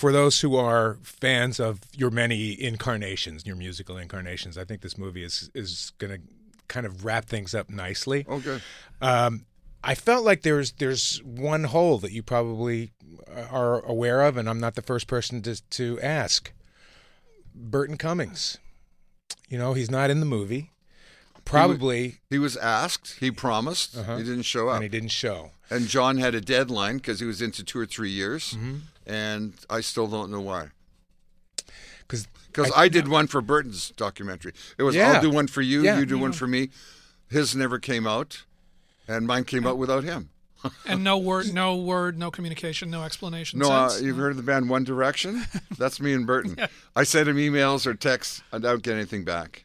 for those who are fans of your many incarnations, your musical incarnations, I think this movie is is going to kind of wrap things up nicely. Okay. Um, I felt like there's there's one hole that you probably are aware of, and I'm not the first person to to ask. Burton Cummings, you know, he's not in the movie. Probably, He uh, was asked. He promised. He didn't show up. Uh-huh. and he didn't show. And John had a deadline because he was into two or three years, Mm-hmm. and I still don't know why. Because Because I, did one for Burton's documentary. It was Yeah. I'll do one for you, Yeah. you do one for me. His never came out, and mine came out without him. And no word, no word, no communication, no explanation. No, uh, since? you've heard of the band One Direction? That's me and Burton. I sent him emails or texts. I don't get anything back.